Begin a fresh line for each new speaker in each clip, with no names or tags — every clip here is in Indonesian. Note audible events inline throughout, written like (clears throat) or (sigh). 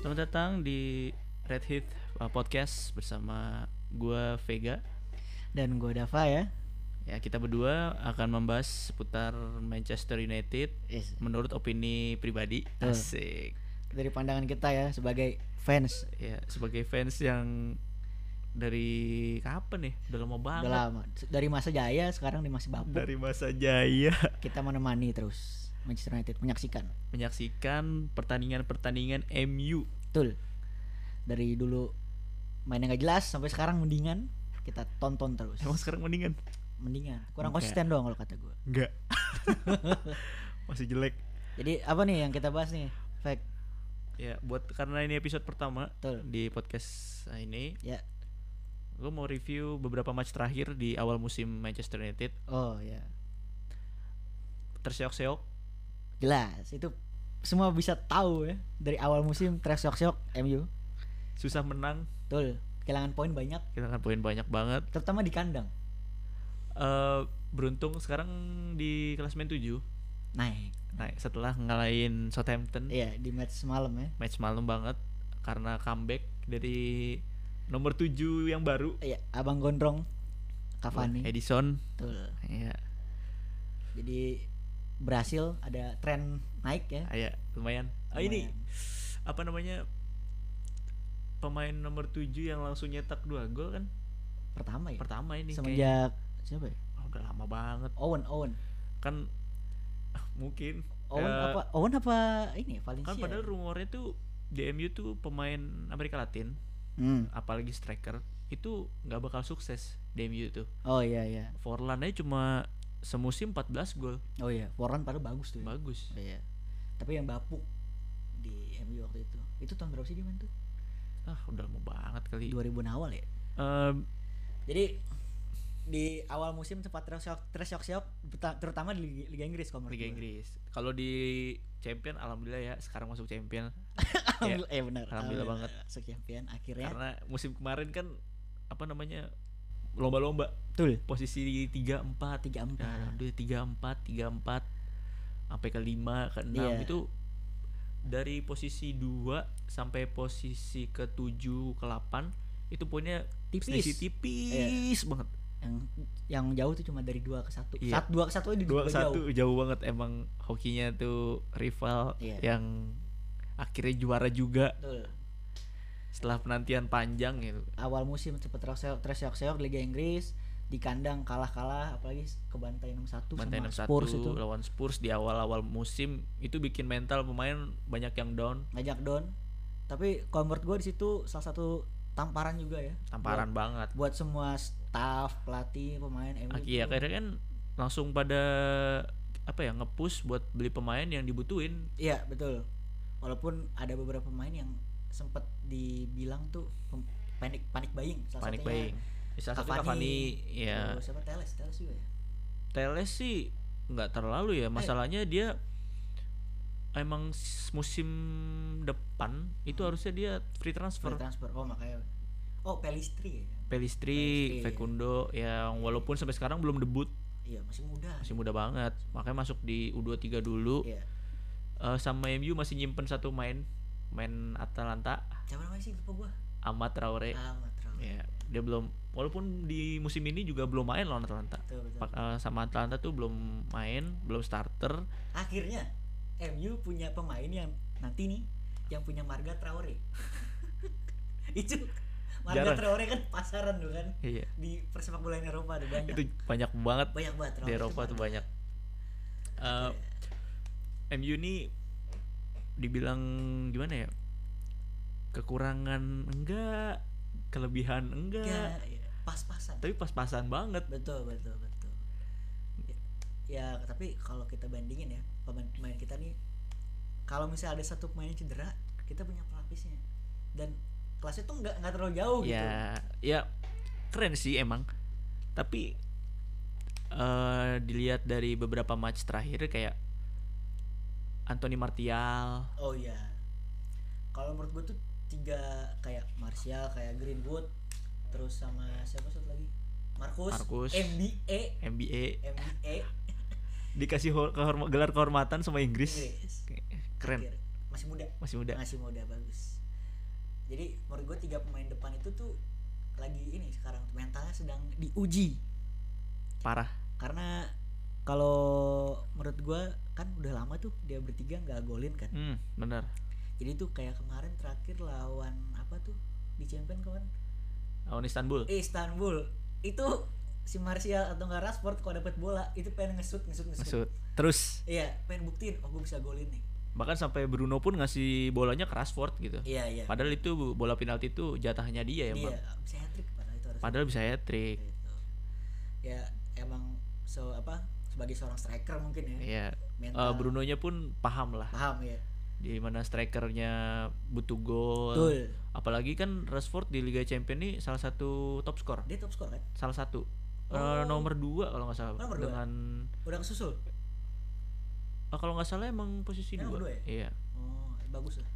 Selamat datang di Red Hit uh, Podcast bersama gua Vega.
dan gue Dava ya
Ya, kita berdua akan membahas seputar Manchester United
Yes.
menurut opini pribadi.
Betul.
Asik.
dari pandangan kita ya sebagai fans
Ya, sebagai fans yang dari kapan nih? Udah lama
udah
banget.
lama dari masa jaya sekarang di masa bapuk
Dari masa jaya
kita menemani terus Manchester United menyaksikan
menyaksikan pertandingan-pertandingan MU.
betul dari dulu mainnya nggak jelas sampai sekarang mendingan kita tonton terus
Emang sekarang mendingan?
mendingan kurang
Enggak.
konsisten doang kalau kata gue
Enggak. Masih jelek.
jadi apa nih yang kita bahas nih fact
Ya, buat karena ini episode pertama
Betul.
di podcast ini,
ya
gue mau review beberapa match terakhir di awal musim Manchester United.
oh ya
Terseok-seok,
jelas itu semua bisa tahu ya dari awal musim trash shock MU
susah menang,
betul kehilangan poin banyak
kita kan poin banyak banget.
terutama di kandang
Eh beruntung sekarang di klasemen 7
naik
naik Nah, setelah ngalahin Southampton
Iya di match semalam ya.
match malam banget karena comeback dari nomor 7 yang baru
Iya Abang Gondrong Cavani.
Edison
Betul.
ya
Jadi berhasil ada tren naik ya.
ya lumayan. Ah, ini
Lumayan.
apa namanya pemain nomor 7 yang langsung nyetak dua gol kan
Pertama ya.
pertama ini kayaknya.
Semenjak siapa ya?
Oh, udah lama banget
Owen Owen.
kan (laughs) mungkin
Owen
eh,
apa? Owen apa ini Valencia?
kan
ya?
padahal rumornya tuh di MU tuh pemain Amerika Latin
Hmm.
apalagi striker itu nggak bakal sukses di MU tuh
Oh iya iya.
Forlan aja cuma semusim 14 gol
Oh iya. Warren padahal bagus tuh. Ya.
bagus
Iya. Tapi yang bapuk di MU waktu itu. Itu tahun berapa sih dia main tuh?
ah udah lama banget kali
2000 awal ya.
Em,
Jadi di awal musim sempat trash shock, trash shock, shock terutama di Liga- Liga Inggris kalau menurut
Liga
gua.
Inggris kalau di Champion alhamdulillah ya sekarang masuk Champion
Alhamdulillah, eh benar.
Iya. Alhamdulillah banget.
Masuk champion akhirnya.
karena musim kemarin kan apa namanya lomba-lomba
Betul.
posisi 3 4
Tiga
Nah,
empat.
udah tiga empat, tiga empat, sampai ke lima, ke enam
Iya.
itu dari posisi dua sampai posisi ke tujuh, ke delapan itu poinnya selisih
Tipis.
tipis banget.
Yang yang jauh tuh cuma dari dua ke satu.
Iya.
Sat- dua ke satu aja
Dua
juga
satu
jauh.
jauh banget emang hokinya tuh rival
Iya.
yang akhirnya juara juga
Betul.
setelah penantian panjang gitu.
Awal musim cepet terseok seok Liga Inggris di kandang kalah-kalah apalagi ke bantai 6-1
Bantai 6-1
sama Spurs itu
lawan Spurs di awal-awal musim itu bikin mental pemain banyak yang down,
ngajak down tapi kalau menurut gue di situ salah satu tamparan juga ya
tamparan banget.
buat, buat semua staff pelatih pemain MU
Aki ya
tuh.
akhirnya kan langsung pada apa ya ngepush buat beli pemain yang dibutuhin
Iya betul. Walaupun ada beberapa pemain yang sempat dibilang tuh pem- panik panik buying. Salah
panik
satunya
buying. Misal satu Cavani ya
terus siapa Teles Teles juga ya.
Teles sih nggak
Eh.
terlalu ya masalahnya dia emang s- musim depan itu harusnya dia free transfer
Hmm. Free transfer. Oh makanya. Oh Pelistri ya.
Pelistri,
Pelistri.
Fekundo yang walaupun sampai sekarang belum debut
Iya masih muda.
masih muda banget makanya masuk di U23 dulu
Iya.
Eh, sama MU masih nyimpen satu main main Atalanta
Siapa namanya sih lupa gua. Ah,
Ahmad Traore
Ahmad Traore.
Ya, dia belum walaupun di musim ini juga belum main lawan Atlanta.
Betul betul.
Pak- eh, sama Atlanta tuh belum main, belum starter.
Akhirnya MU punya pemain yang nanti nih yang punya Marga Traore. (laughs) Itu Marga
Jarang.
Traore kan pasaran tuh kan
Iya.
di persepak bolaan Eropa ada banyak.
Itu banyak banget
banyak banget
di Eropa tuh banyak. Eh, MU ini dibilang gimana ya? Kekurangan enggak, kelebihan enggak,
Iya, iya. pas-pasan
tapi pas-pasan banget.
betul betul betul Ya, ya tapi kalau kita bandingin ya pemain-pemain kita nih kalau misalnya ada satu pemain yang cedera kita punya pelapisnya dan kelasnya tuh nggak nggak terlalu jauh gitu
Ya, ya keren sih emang. Tapi eh dilihat dari beberapa match terakhir kayak Anthony Martial,
oh iya kalau menurut gue tuh tiga kayak Martial kayak Greenwood terus sama siapa satu lagi Markus
Marcus.
MBE
NBA
MBE
dikasih hor- kehorma-
Iya,
gelar kehormatan sama Inggris.
Inggris
Keren,
Akhir. masih muda
masih muda.
masih muda bagus jadi menurut gue tiga pemain depan itu tuh lagi ini sekarang tuh mentalnya sedang diuji
parah
karena kalau menurut gue kan udah lama tuh dia bertiga nggak golin kan
hmm, bener
jadi tuh kayak kemarin terakhir lawan apa tuh di champion kemarin
lawan Istanbul
Iya, Istanbul itu si Martial atau nggak Rashford kalau dapat bola itu pengen ngesut ngesut ngesut
maksud terus
iya pengen buktiin oh gue bisa golin nih
bahkan sampai Bruno pun ngasih bolanya ke Rashford gitu
iya iya
padahal itu bola penalti itu jatahnya dia ya
dia
Bang.
Iya, bisa hat trick padahal itu harus
padahal bisa hat trick
gitu. ya emang so apa sebagai seorang striker mungkin ya
ya Eh
mental
Bruno nya pun paham lah
paham ya
di mana strikernya butuh gol
betul
apalagi kan Rashford di Liga Champions nih salah satu top skor
dia top skor kan
salah satu Eh,
Oh.
nomor dua kalau nggak salah
Nomor dua. ya?
dengan
udah kesusul
ah, kalau nggak salah emang posisi
Emang
dua
dua ya?
iya
oh bagus lah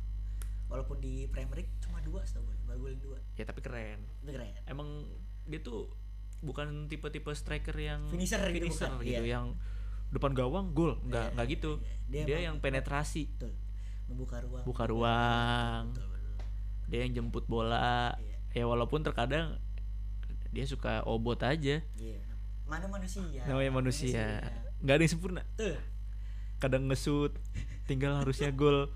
walaupun di Premier League cuma dua setahu gue baru golin dua
ya tapi keren
itu keren
emang dia tuh bukan tipe-tipe striker yang
Finisher gitu
finisher
bukan,
gitu,
iya.
yang depan gawang gol nggak
Iya,
nggak gitu
iya.
dia,
emang
yang penetrasi
betul membuka ruang Iya.
buka ruang
betul, betul.
dia yang jemput bola
Iya.
ya walaupun terkadang dia suka obot aja
Iya. Mana manusia?
namanya manusia nggak ada yang sempurna
Tuh.
kadang ngesut tinggal harusnya gol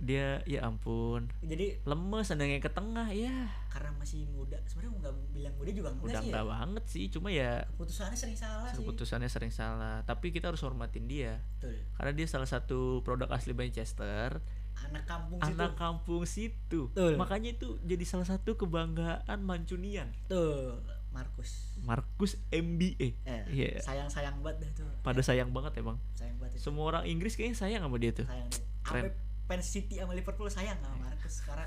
dia ya ampun
Jadi
lemes nendangnya ke tengah ya
karena masih muda, sebenarnya nggak bilang muda juga enggak
udah
sih.
enggak
Ya.
banget sih cuma ya
Keputusannya sering salah sih.
keputusannya sering salah tapi kita harus hormatin dia
Betul.
karena dia salah satu produk asli Manchester
Anak kampung
anak
situ.
kampung situ
Betul.
makanya itu jadi salah satu kebanggaan Mancunian
Tuh, Markus.
Markus MBA
Eh,
Iya.
sayang-sayang banget dah tuh.
pada sayang banget emang
Sayang banget itu.
semua orang Inggris kayaknya sayang sama dia tuh
Sayang dia.
Keren.
Sampai fans City sama Liverpool sayang sama Markus sekarang.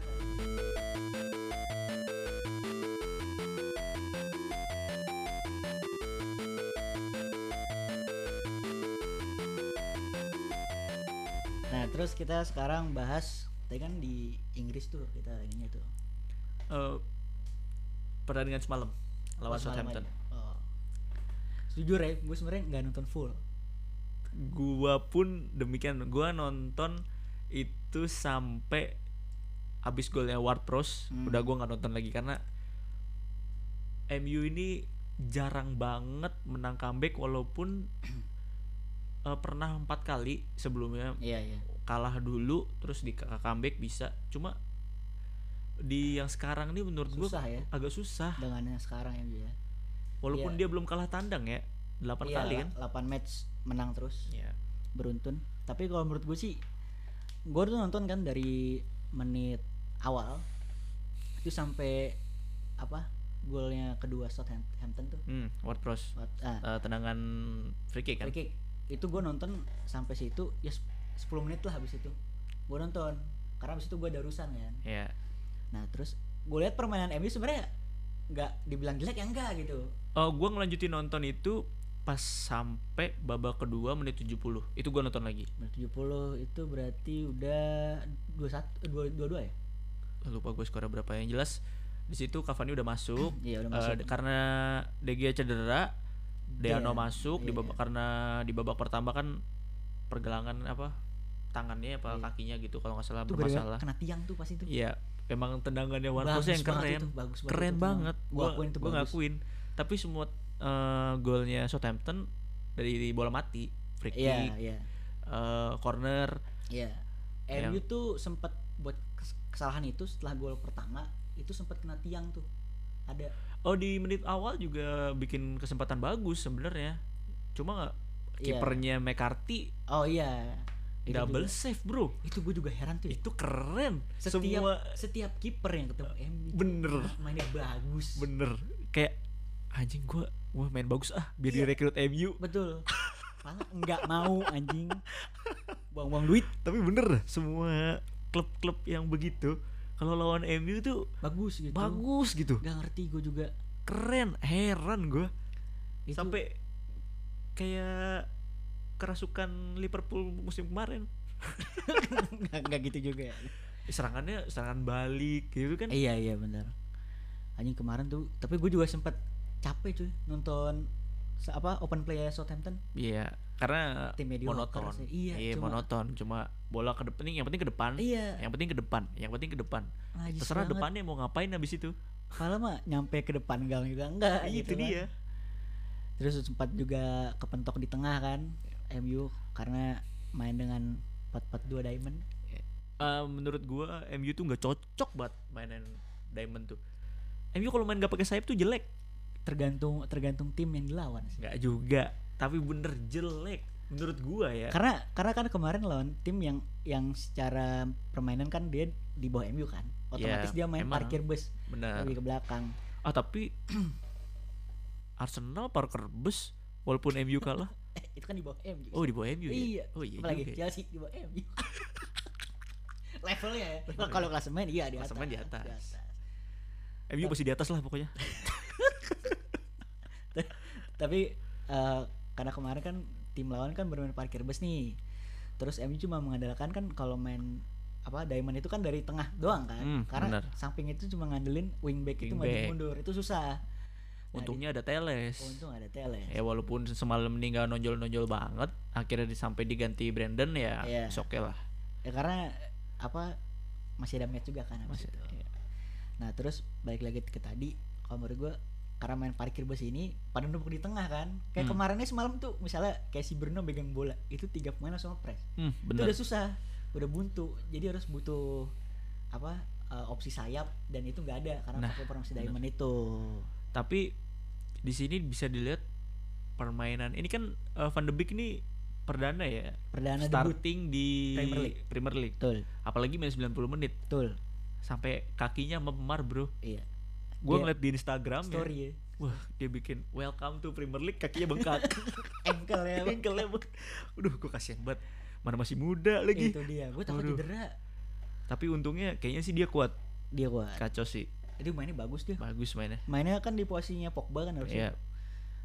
Nah, terus kita sekarang bahas tadi kan di Inggris tuh kita ininya tuh.
Eh, pertandingan semalam lawan
Pas malam
Southampton
aja. Oh. Jujur ya, gue sebenarnya nggak nonton full.
gua pun demikian gua nonton itu sampai abis golnya Ward Prowse
Hmm.
udah gua nggak nonton lagi karena MU ini jarang banget menang comeback
(clears throat)
walaupun eh, pernah empat kali sebelumnya
Iya, iya.
kalah dulu terus di comeback bisa cuma di yang sekarang nih menurut gua
Susah ya
agak susah
dengan yang sekarang ya. Bu, ya.
walaupun dia belum kalah tandang ya 8
Iya,
kali kan
8 match menang terus.
Iya.
beruntun tapi kalau menurut gue sih gue tuh nonton kan dari menit awal itu sampai apa golnya kedua Southampton tuh
hmm, Ward Prowse
Wat- ah,
Eh, tendangan free kick kan
free kick. itu gue nonton sampai situ ya sep- 10 menit lah habis itu gue nonton karena habis itu gue ada urusan kan
ya
nah terus gue lihat permainan MU sebenarnya nggak dibilang jelek ya enggak gitu
oh gue ngelanjutin nonton itu pas sampai babak kedua menit 70 itu gue nonton lagi
menit 70 itu berarti udah 21 22 ya
Eh, lupa gue skornya berapa yang jelas di situ Cavani udah masuk
iya (clears throat)
Eh,
udah masuk
d- karena De Gea cedera Deano
Iya,
masuk di
iya.
babak karena di babak pertama kan pergelangan apa tangannya apa
Iya.
kakinya gitu kalau nggak salah
itu gara-gara
bermasalah
kena tiang tuh pas itu
Iya, emang tendangannya Wan
Bagus
Persie yang
banget
keren
itu, bagus banget
keren
itu tendangan.
banget
Gua
gua
akuin itu
gua
bagus.
ngakuin tapi semua eh, golnya Southampton dari bola mati free kick
Iya, iya.
eh, corner
Iya.
Yang-
MU tuh sempat buat kes- kesalahan itu setelah gol pertama itu sempat kena tiang tuh. Ada
oh di menit awal juga bikin kesempatan bagus sebenarnya cuma nggak
Iya.
kipernya McCarthy
Oh iya. Itu
double
juga-
save bro
Itu gue juga heran tuh. ya.
itu keren
Setiap
semua
setiap kiper yang ketemu MU
bener.
(laughs) mainnya bagus.
bener kayak anjing gua wah main bagus ah
Iya.
biar direkrut MU
Betul. Malah nggak mau anjing.
(laughs)
Buang-buang duit
tapi bener semua klub-klub yang begitu kalau lawan MU tuh
bagus gitu.
bagus gitu
Gak ngerti gue juga.
keren heran gua
Itu
sampai kayak kerasukan Liverpool musim kemarin
nggak nggak gitu juga. ya.
serangannya serangan balik gitu kan
(laughs) Iya iya benar. Anjing kemarin tuh, tapi gue juga sempet capek cuy nonton se- apa open play Southampton
Iya, karena
tim mediocre
monoton.
sih. Iya, cuma-
monoton. Cuma bola ke depan, yang penting ke depan.
Iya.
Yang penting ke depan, yang penting ke depan.
Najis
Terserah
banget.
depannya mau ngapain habis itu.
Malah mah nyampe ke depan gang juga enggak
Iya,
gitu
itu
kan.
dia.
Terus sempat juga kepentok di tengah kan MU karena main dengan 4-4-2 diamond.
Eh, menurut gua MU tuh nggak cocok buat mainan Diamond tuh. MU kalau main gak pakai sayap tuh jelek.
Tergantung tergantung tim yang dilawan sih.
Nggak juga, tapi bener jelek menurut gua ya.
Karena karena kan kemarin lawan tim yang yang secara permainan kan dia di bawah MU kan. Otomatis
Ya,
dia main
emang.
parkir bus
Bener.
lebih ke belakang.
Ah tapi (clears throat) Arsenal Parker Bus walaupun MU kalah.
Eh, itu kan di bawah MU.
Oh di bawah MU ya?
Iya.
Oh iya
Apalagi
juga ya.
Chelsea di bawah
(laughs)
MU. Levelnya ya. Nah, kalau klasemen iya di atas.
Klasemen di atas.
Nah.
MU pasti di atas lah pokoknya.
Tapi eh, karena kemarin kan tim lawan kan bermain parkir bus nih. Terus MU cuma mengandalkan kan kalau main apa diamond itu kan dari tengah doang kan.
Hmm,
karena
benar.
samping itu cuma ngandelin wingback itu maju
Wingback.
mundur itu susah. Nah,
Untungnya ada Teles.
di- untung ada Tele.
Ya walaupun semalam ninggal nonjol-nonjol banget, akhirnya sampai diganti Brandon ya,
Iya.
it's okay lah.
Ya karena apa masih ada match juga kan habis
Masih-
itu.
iya.
Nah terus balik lagi ke tadi kalau menurut gue karena main parkir bus ini pada numpuk di tengah kan kayak
Hmm.
kemarinnya semalam tuh misalnya kayak si Bruno pegang bola itu tiga pemain langsung press
Hmm,
itu
bener.
udah susah udah buntu jadi harus butuh apa eh, opsi sayap dan itu nggak ada karena
Nah,
pakai formasi
bener.
diamond itu
Tapi di sini bisa dilihat permainan ini kan eh, Van de Beek ini perdana ya
perdana debut
starting di
Premier League.
Premier League.
betul
Apalagi main 90 menit
betul
sampai kakinya memar, Bro.
iya
Gue
Dia-
ngeliat di Instagram ya.
story ya
Wah, dia bikin welcome to Premier League kakinya
(laughs)
bengkak.
ankle ya Bang.
Ankle-nya bengkak. Aduh, gue kasihan banget. Mana masih muda (laughs) lagi.
itu dia gue takut
Waduh.
cedera
Tapi untungnya kayaknya sih dia kuat.
dia gua
Kacau sih.
itu mainnya bagus dia
Bagus mainnya.
mainnya kan di posisinya Pogba kan
Iya.
harusnya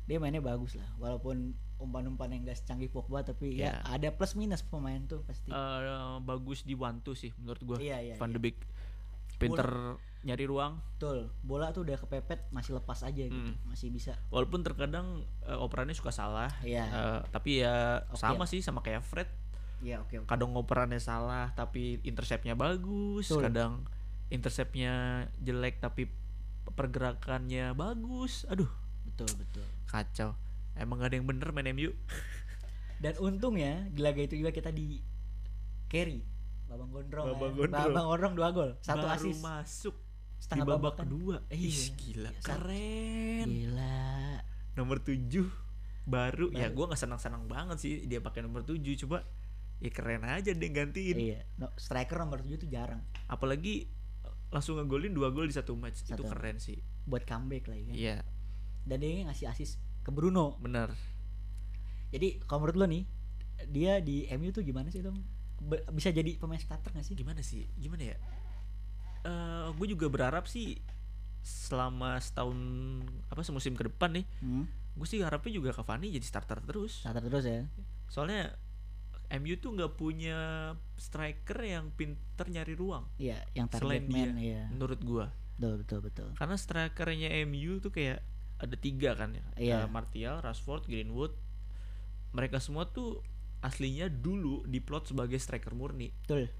dia mainnya bagus lah walaupun umpan-umpan yang gak secanggih Pogba tapi
Iya.
ya ada plus minus pemain tuh pasti
Eh, bagus di Wantu sih menurut gua.
iya iya,
Van
iya.
de Beek pinter nyari ruang
betul bola tuh udah kepepet masih lepas aja gitu
Hmm.
masih bisa
walaupun terkadang eh, operannya suka salah.
iya
Eh, tapi ya
Oke.
sama sih sama kayak Fred.
iya oke oke
Kadang operannya salah tapi interceptnya bagus,
Betul.
kadang interceptnya jelek tapi pergerakannya bagus. Aduh,
betul betul
kacau. Emang gak ada yang bener main MU?
Dan untung ya di laga itu juga kita di carry Babang Gondrong. ya.
Babang Gondrong.
Babang Gondrong dua gol, satu
Baru
asis.
masuk
Setengah
di babak
babakan.
kedua.
Iya,
Ih, gila.
iya, satu.
Keren.
Gila.
Nomor 7 baru. Ya
Baru.
gua nggak senang-senang banget sih dia pakai nomor 7 coba. Ya keren aja dia gantiin.
Iya, no, striker nomor 7 itu jarang
Apalagi eh, langsung ngegolin dua gol di satu match. Itu
Satu.
keren sih.
buat comeback lagi kan.
Iya,
Dan dia ngasih asis ke Bruno.
bener
Jadi kalau menurut lo nih, dia di MU tuh gimana sih dong? Be- bisa jadi pemain starter gak sih?
Gimana sih? Gimana ya? Eh gue juga berharap sih selama setahun apa semusim ke depan nih,
Hmm,
gue sih harapnya juga Cavani jadi starter terus.
starter terus ya.
Soalnya MU tuh nggak punya striker yang pinter nyari ruang
Iya, yang
Selain
target man ya.
menurut gua.
Betul betul betul.
Karena strikernya MU tuh kayak ada tiga kan ya.
Iya.
Ada Martial, Rashford, Greenwood. Mereka semua tuh aslinya dulu diplot sebagai striker murni
Betul.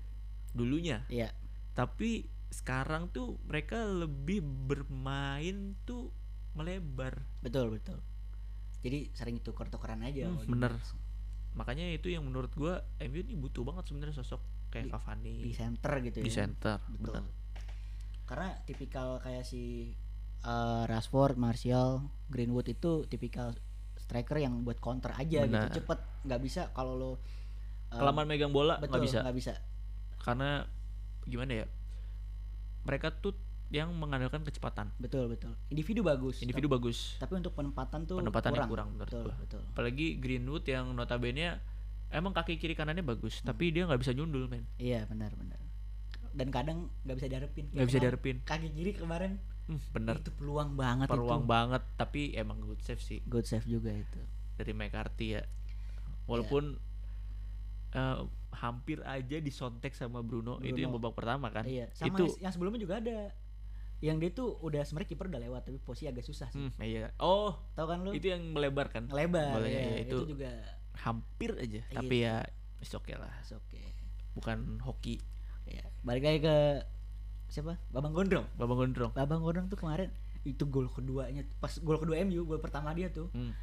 dulunya.
Iya.
Tapi sekarang tuh mereka lebih bermain tuh melebar.
Betul betul. Jadi sering tuker-tukeran aja.
Hmm,
kalau di-
bener. Makanya itu yang menurut gua MU ini butuh banget sebenarnya sosok kayak
Di-
Cavani
Di center gitu ya.
di center.
Betul.
Bener.
Karena tipikal kayak si eh, Rashford, Martial, Greenwood itu tipikal striker yang buat counter aja
Benar.
gitu, cepet. Nggak bisa kalau lo eh,
Kelamaan megang bola
betul,
nggak bisa.
nggak bisa.
karena gimana ya mereka tuh yang mengandalkan kecepatan
Betul betul. Individu bagus.
individu
tapi,
bagus
tapi untuk penempatan tuh
penempatannya
kurang.
kurang, menurut
Betul
gua
betul.
apalagi Greenwood yang notabene emang kaki kiri kanannya bagus
Hmm.
tapi dia nggak bisa nyundul men
Iya benar benar. Dan kadang nggak bisa diharapin.
nggak bisa
Kemarin
diharapin
Kaki kiri kemarin
Hmm, bener
itu peluang banget
peluang
itu.
banget tapi emang good save sih
Good save juga itu.
dari McCarthy ya walaupun eh, hampir aja disontek sama Bruno, itu
Bruno.
yang babak pertama kan
Iya. Sama
itu
yang sebelumnya juga ada. yang dia tuh udah sebenarnya kiper udah lewat tapi posisi agak susah sih
Hmm, iya. Oh,
tahu kan lu
itu yang melebar kan?
ngelebar
Bolanya,
ya,
iya,
itu.
itu.
juga
Hampir aja,
Iya.
tapi ya it's okay lah.
it's okay.
Bukan hoki.
Ya, balik lagi ke siapa Babang Gondrong
Babang Gondrong.
Babang Gondrong tuh kemarin itu gol keduanya pas gol kedua MU gol pertama dia tuh
Hmm.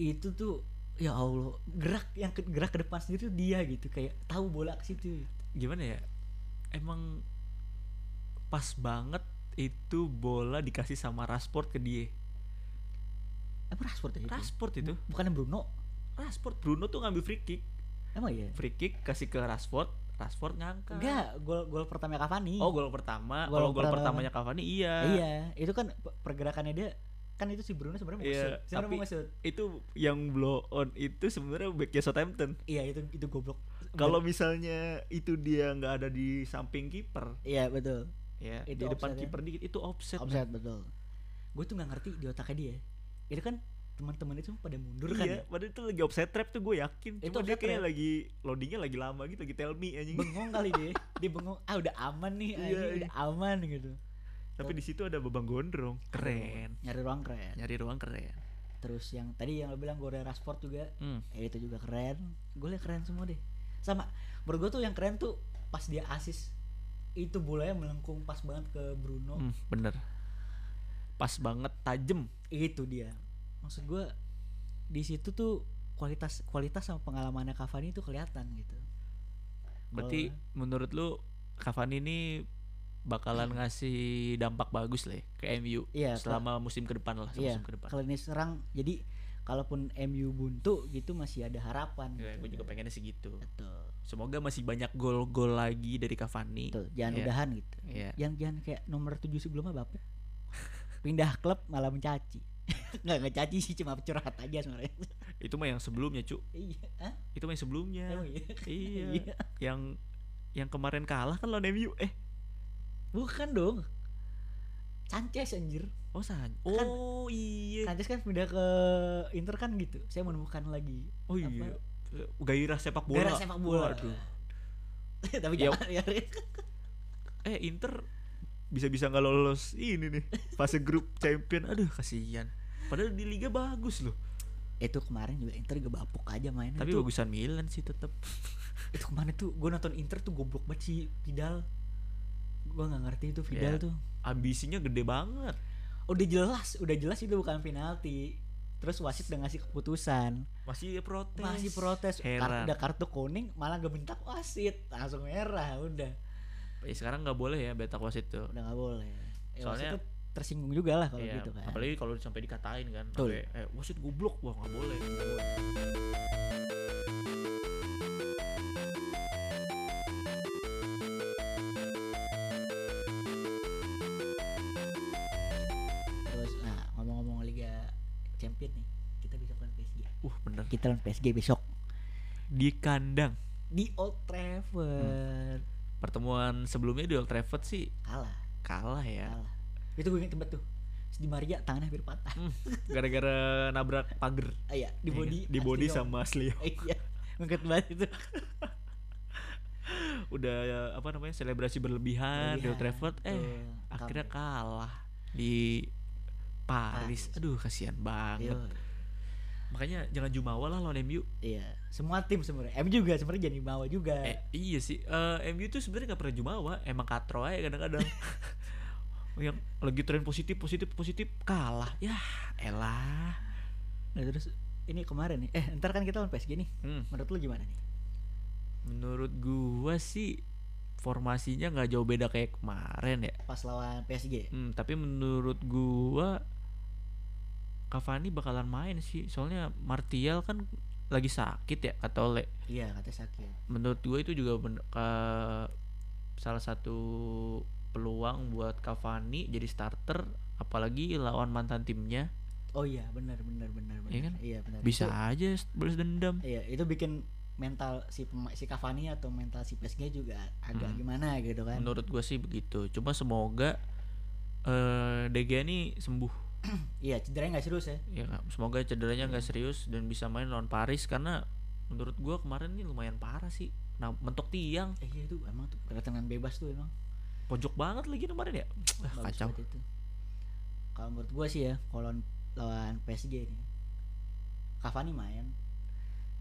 itu tuh ya Allah gerak yang ke, gerak ke depan sendiri tuh dia gitu kayak tahu bola ke situ
Gimana ya? Emang pas banget itu bola dikasih sama Rashford ke dia.
apa Rashford ya itu?
Rashford itu.
bukan Bruno
Rashford Bruno tuh ngambil free kick.
emang ya
Free kick kasih ke Rashford, Rashford ngangkat.
enggak gol gol pertama Cavani
Oh, gol pertama.
Gol
Kalau gol
pertama.
pertamanya Cavani iya.
iya itu kan pe- pergerakannya dia kan itu si Bruno sebenarnya mau
Iya,
shoot sebenarnya
tapi-
mau shoot
Itu yang blow on itu sebenarnya backnya Southampton.
iya itu itu goblok
Kalau misalnya itu dia nggak ada di samping kiper,
iya betul
ya di
Itu
depan
offside ya?
kiper dikit itu offset. men.
offside betul gue tuh nggak ngerti di otaknya dia itu kan teman-teman itu pada mundur kan
Iya,
ya?
padahal itu lagi offset trap tuh gue yakin.
Itu ya?
Cuma dia
offside
kayak
trap.
lagi loadingnya lagi lama gitu, lagi tell me anjing.
bengong kali dia dia bengong ah udah aman nih ah,
Iya,
ini
iya.
udah aman gitu
Tapi di situ ada babang gondrong, keren.
nyari ruang keren
Nyari ruang keren.
terus yang tadi yang lo bilang Gorilla Rasport juga
Hmm.
eh, itu juga keren gue liat keren semua deh sama menurut gue tuh yang keren tuh pas dia asis itu bolanya melengkung pas banget ke Bruno
hmm, bener. Pas banget tajem.
itu dia maksud gue di situ tuh kualitas kualitas sama pengalamannya Cavani itu kelihatan gitu
Berarti menurut lu Cavani ini bakalan ngasih dampak bagus lah ya ke MU
Iya,
selama musim ke depan lah,
Iya,
musim ke depan.
kalau ini serang jadi kalaupun MU buntu gitu masih ada harapan
Ya,
gitu.
gue juga pengennya segitu.
betul
Semoga masih banyak gol-gol lagi dari Cavani.
betul jangan
Iya.
udahan gitu
Iya.
jangan jangan kayak nomor 7 sebelumnya bapak pindah klub malah mencaci (laughs) nggak nggak caci sih cuma curhat aja sebenarnya (laughs)
Itu mah yang sebelumnya, Cuk.
iya Hah?
Itu mah yang sebelumnya.
Emang (laughs) iya?
iya. yang yang kemarin kalah kan lawan MU. Eh,
bukan dong Sanchez anjir
oh San.
Kan-
Oh iya.
Sanchez kan pindah ke Inter kan gitu saya menemukan lagi
oh
apa?
iya. Gairah sepak bola.
Gairah sepak bola.
Waduh.
(laughs) tapi
Ya.
jangan ya
Eh, Inter bisa-bisa nggak lolos ini nih (laughs) fase grup champion. Aduh, kasihan. Padahal di liga bagus loh.
itu kemarin juga Inter gebapuk aja mainnya
Tapi
Nah, itu,
bagusan Milan sih tetap.
itu kemarin tuh gue nonton Inter tuh goblok banget si Vidal gue nggak ngerti itu Vidal
Ya.
tuh
Ambisinya gede banget.
udah jelas udah jelas itu bukan penalti terus wasit udah ngasih keputusan
Masih ya protes.
masih protes Kar-
Heran.
udah kartu kuning malah gebentak wasit langsung merah udah
Eh, sekarang nggak boleh ya beta wasit tuh.
udah nggak boleh ya,
Soalnya-
wasit tuh tersinggung juga lah kalau
Iya,
gitu kan
Apalagi kalau sampai dikatain kan.
Betul.
sampai, eh wasit goblok, wah nggak boleh.
terus nah ngomong-ngomong Liga Champion nih kita besok lawan PSG
Uh bener.
kita lawan PSG besok
Di kandang
di Old Trafford
Hmm. pertemuan sebelumnya di Old Trafford sih
kalah
kalah ya.
kalah Nah, itu gue inget banget tuh Si Di Maria tangannya hampir patah
Hmm, Gara-gara nabrak pagar.
ah, iya di body
di body
asli dong.
sama Slio.
(laughs) iya ngeket banget itu
(laughs) Udah ya, apa namanya selebrasi berlebihan, di Old Trafford. Eh
Iya. Betul.
akhirnya kalah di Paris.
Paris. Iya.
Aduh kasihan banget.
Yoi.
Makanya jangan jumawa lah lawan MU.
Iya, semua tim sebenarnya. M juga sebenarnya jadi bawa juga.
Eh, iya sih. Eh, MU tuh sebenarnya nggak pernah jumawa, emang katro aja
(laughs)
kadang-kadang. yang lagi tren positif, positif, positif kalah. Ya, elah.
Nah, terus ini kemarin nih. Eh, ntar kan kita lawan PSG nih.
Hmm,
Menurut lu gimana nih?
menurut gua sih formasinya nggak jauh beda kayak kemarin ya.
Pas lawan PSG.
Hmm, tapi menurut gua Cavani bakalan main sih. Soalnya Martial kan lagi sakit ya kata Ole.
Iya, katanya sakit.
Menurut gua itu juga ben- ke- salah satu peluang buat Cavani jadi starter apalagi lawan mantan timnya
Oh iya, benar benar benar benar.
Iya kan?
Iya, benar.
bisa
Itu-
aja s- balas dendam
iya, itu bikin mental si pema- si Cavani atau mental si PSG juga agak
Hmm.
gimana gitu kan.
menurut gua sih begitu cuma semoga eh De Gea nih sembuh
Iya, cederanya nggak serius ya.
ya nggak? semoga cederanya nggak serius dan bisa main lawan Paris karena menurut gua kemarin nih lumayan parah sih nah mentok tiang
Eh, iya itu emang tuh kedatangan bebas tuh emang.
pojok banget lagi kemarin ya Ah,
Bagus
kacau
banget itu. Kalau menurut gue sih ya, kalau lawan, lawan PSG ini Cavani main.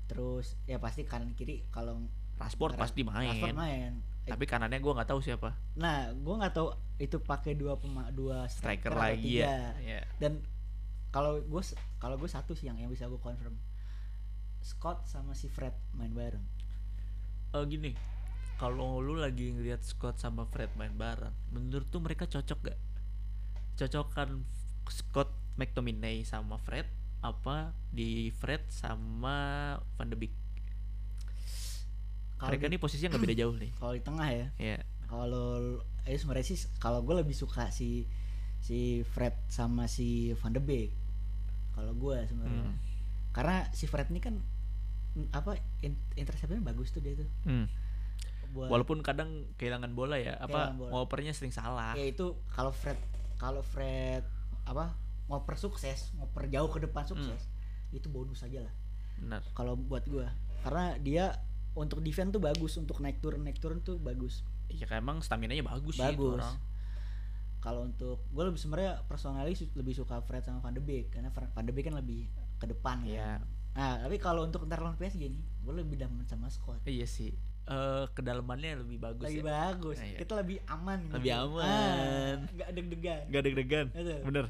Terus ya pasti kanan kiri kalau
Rashford
Ra-
pasti main,
Rashford main. Eh,
tapi kanannya gua nggak tahu siapa
Nah, gue nggak tahu itu pakai dua pema dua
striker
striker, atau
lagi
tiga.
ya, Iya.
Dan kalau gue kalau gue satu sih yang yang bisa gue confirm. Scott sama si Fred main bareng.
Eh, gini kalau lu lagi ngelihat Scott sama Fred main bareng menurut tuh mereka cocok gak cocokan Scott McTominay sama Fred apa di Fred sama Van de Beek
Kalau
mereka
di-
nih posisinya nggak beda jauh (coughs) nih
kalau di tengah ya,
ya
kalau eh sebenarnya sih kalau gue lebih suka si si Fred sama si Van de Beek kalau gue sebenarnya
Hmm.
karena si Fred ini kan mm, apa in- interceptnya bagus tuh dia tuh
Hmm.
buat
walaupun kadang kehilangan bola ya apa
Kehilangan bola.
ngopernya sering salah
ya itu kalau Fred kalau Fred apa ngoper sukses ngoper jauh ke depan
Hmm.
sukses itu bonus aja lah
benar
kalau buat gue karena dia untuk defense tuh bagus untuk naik turun naik turun tuh bagus
ya kayak emang stamina nya bagus, sih itu
bagus.
orang
Kalau untuk gue lebih sebenarnya personalis lebih suka Fred sama Van de Beek karena Fre- Van de Beek kan lebih ke depan
Iya.
ya. Nah, tapi kalau untuk ntar lawan PSG nih, gue lebih demen sama Scott.
iya sih eh kedalamannya lebih bagus
Lebih
ya
bagus.
Iya.
Kita lebih aman. gitu.
Lebih aman.
Ah, nggak deg-degan.
nggak deg-degan
Gitu.
bener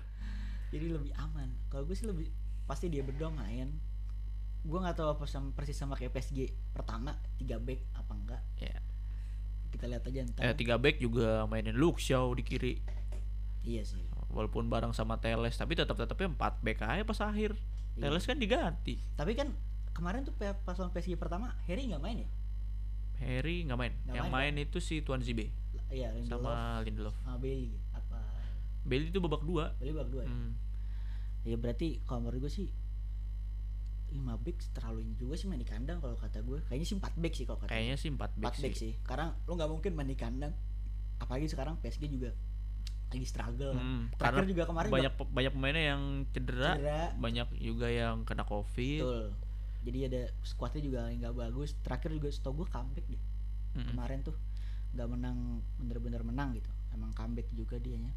Jadi lebih aman. Kalau gue sih lebih pasti dia berdua main. Gue nggak tahu apa sama persis sama kayak PSG pertama tiga back apa enggak.
ya
Kita lihat aja ntar.
eh, tiga back juga mainin Luke Shaw di kiri
Iya sih.
walaupun bareng sama Teles tapi tetap tetapnya empat back aja pas akhir
Iya.
Teles kan diganti
Tapi kan kemarin tuh pe- pas lawan PSG pertama Harry nggak main ya?
Harry nggak main
Nggak
yang
main, kan?
main itu si Tuan Zibe
L- Iya, Lindelof
sama Lindelof
sama Bailey Ah, apa
Bailey itu babak dua
Bailey bak dua ya?
Hmm.
ya berarti kalau menurut gue sih 5 back terlalu ini juga sih main di kandang kalau kata gue kayaknya sih 4 back sih kalau kata
kayaknya sih empat
4
back,
back,
sih.
sih. karena lo nggak mungkin main di kandang apalagi sekarang PSG juga lagi struggle kan.
Hmm,
terakhir
karena
juga kemarin
banyak pe- banyak pemainnya yang
juga
cedera,
cedera
banyak juga yang kena covid
betul jadi ada squadnya juga yang nggak bagus terakhir juga setau gue comeback deh
Mm-mm.
kemarin tuh nggak menang bener-bener menang gitu emang comeback juga dianya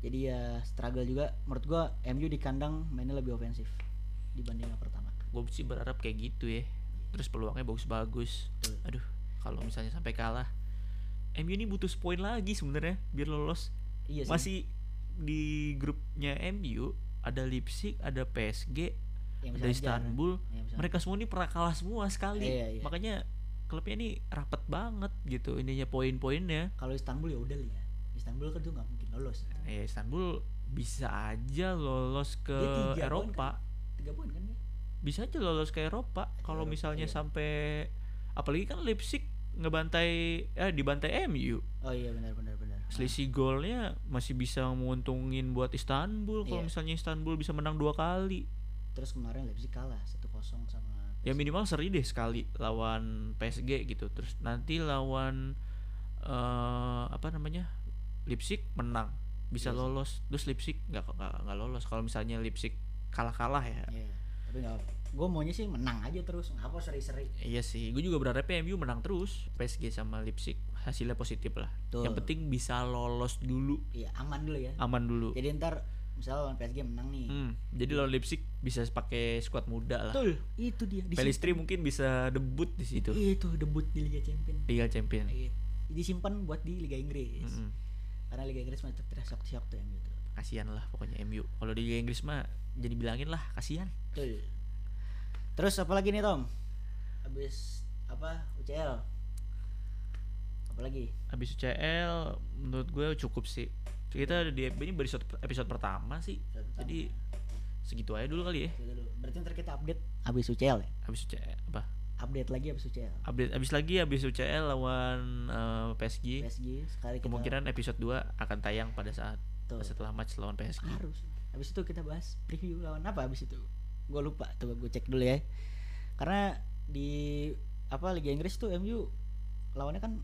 jadi ya struggle juga menurut gua MU di kandang mainnya lebih ofensif dibanding yang pertama
gue sih berharap kayak gitu ya terus peluangnya bagus-bagus
Betul.
aduh kalau misalnya sampai kalah MU ini butuh poin lagi sebenarnya biar lolos
iya sih
masih di grupnya MU ada Leipzig ada PSG
yang bisa
ada
ngejar.
Istanbul
Yang bisa
mereka semua ini pernah kalah semua sekali
Iya, iya.
makanya klubnya ini rapat banget gitu ininya poin-poinnya
kalau Istanbul ya udah lah ya Istanbul kan tuh nggak mungkin lolos
eh Istanbul bisa aja lolos ke
Dia tiga poin kan?
Eropa
tiga poin kan ya
bisa aja lolos ke Eropa kalau
Eropa,
misalnya
iya.
sampai apalagi kan Leipzig ngebantai eh dibantai MU
oh iya benar benar benar Ah,
selisih golnya masih bisa menguntungin buat Istanbul kalau
Iya.
misalnya Istanbul bisa menang dua kali
terus kemarin Leipzig kalah 1-0 sama
ya minimal seri deh sekali lawan PSG gitu terus nanti lawan eh apa namanya Leipzig menang bisa
Iya sih.
lolos terus Leipzig nggak nggak nggak lolos kalau misalnya Leipzig kalah-kalah ya
Iya. tapi nggak gue maunya sih menang aja terus nggak apa seri-seri
Iya sih, gue juga berharapnya MU menang terus. PSG sama Leipzig hasilnya positif lah.
Betul.
Yang penting bisa lolos dulu,
iya aman dulu ya
aman dulu.
jadi ntar misalnya lawan PSG menang nih
Hmm, jadi lawan Leipzig bisa pakai skuad muda lah.
Betul, itu dia. Disimpan.
Pelistri mungkin bisa debut di situ.
Iya, Itu debut di Liga Champion.
Liga Champion.
Iya. Disimpan buat di Liga Inggris.
Mm-mm.
Karena Liga Inggris masih terasa shock tuh yang gitu.
Kasihan lah pokoknya MU. Kalau di Liga Inggris mah jadi bilangin lah, kasihan.
Betul. Terus apa lagi nih Tom? Habis apa? UCL. Apa lagi?
Habis UCL menurut gue cukup sih. Kita di ini episode episode pertama sih.
Episode pertama.
Jadi segitu aja dulu kali ya.
Itu dulu. Berarti ntar kita update habis UCL ya?
Habis UCL apa?
Update lagi habis UCL.
update abis lagi abis UCL lawan eh, PSG
PSG sekali kita
kemungkinan episode 2 akan tayang pada saat
Tuh.
setelah match lawan PSG
harus habis itu kita bahas preview lawan apa habis itu gue lupa coba gue cek dulu ya karena di apa Liga Inggris tuh MU lawannya kan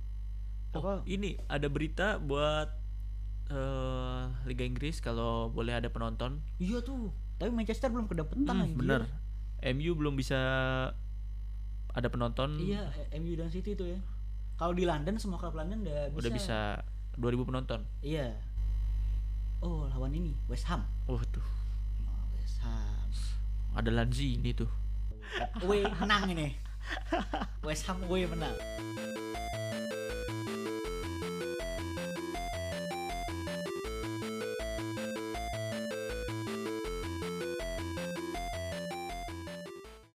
oh
apa
ini ada berita buat eh, Liga Inggris kalau boleh ada penonton
iya tuh tapi Manchester belum kedapetan
Hmm,
anjir.
bener MU belum bisa ada penonton
iya eh, MU dan City tuh ya kalau di London semua klub London udah bisa,
udah bisa 2000 penonton.
Iya. Oh, lawan ini West Ham.
Wah tuh,
Oh, West (laughs) Ham.
ada Lanzini tuh.
Wei menang ini. West Ham Wei menang.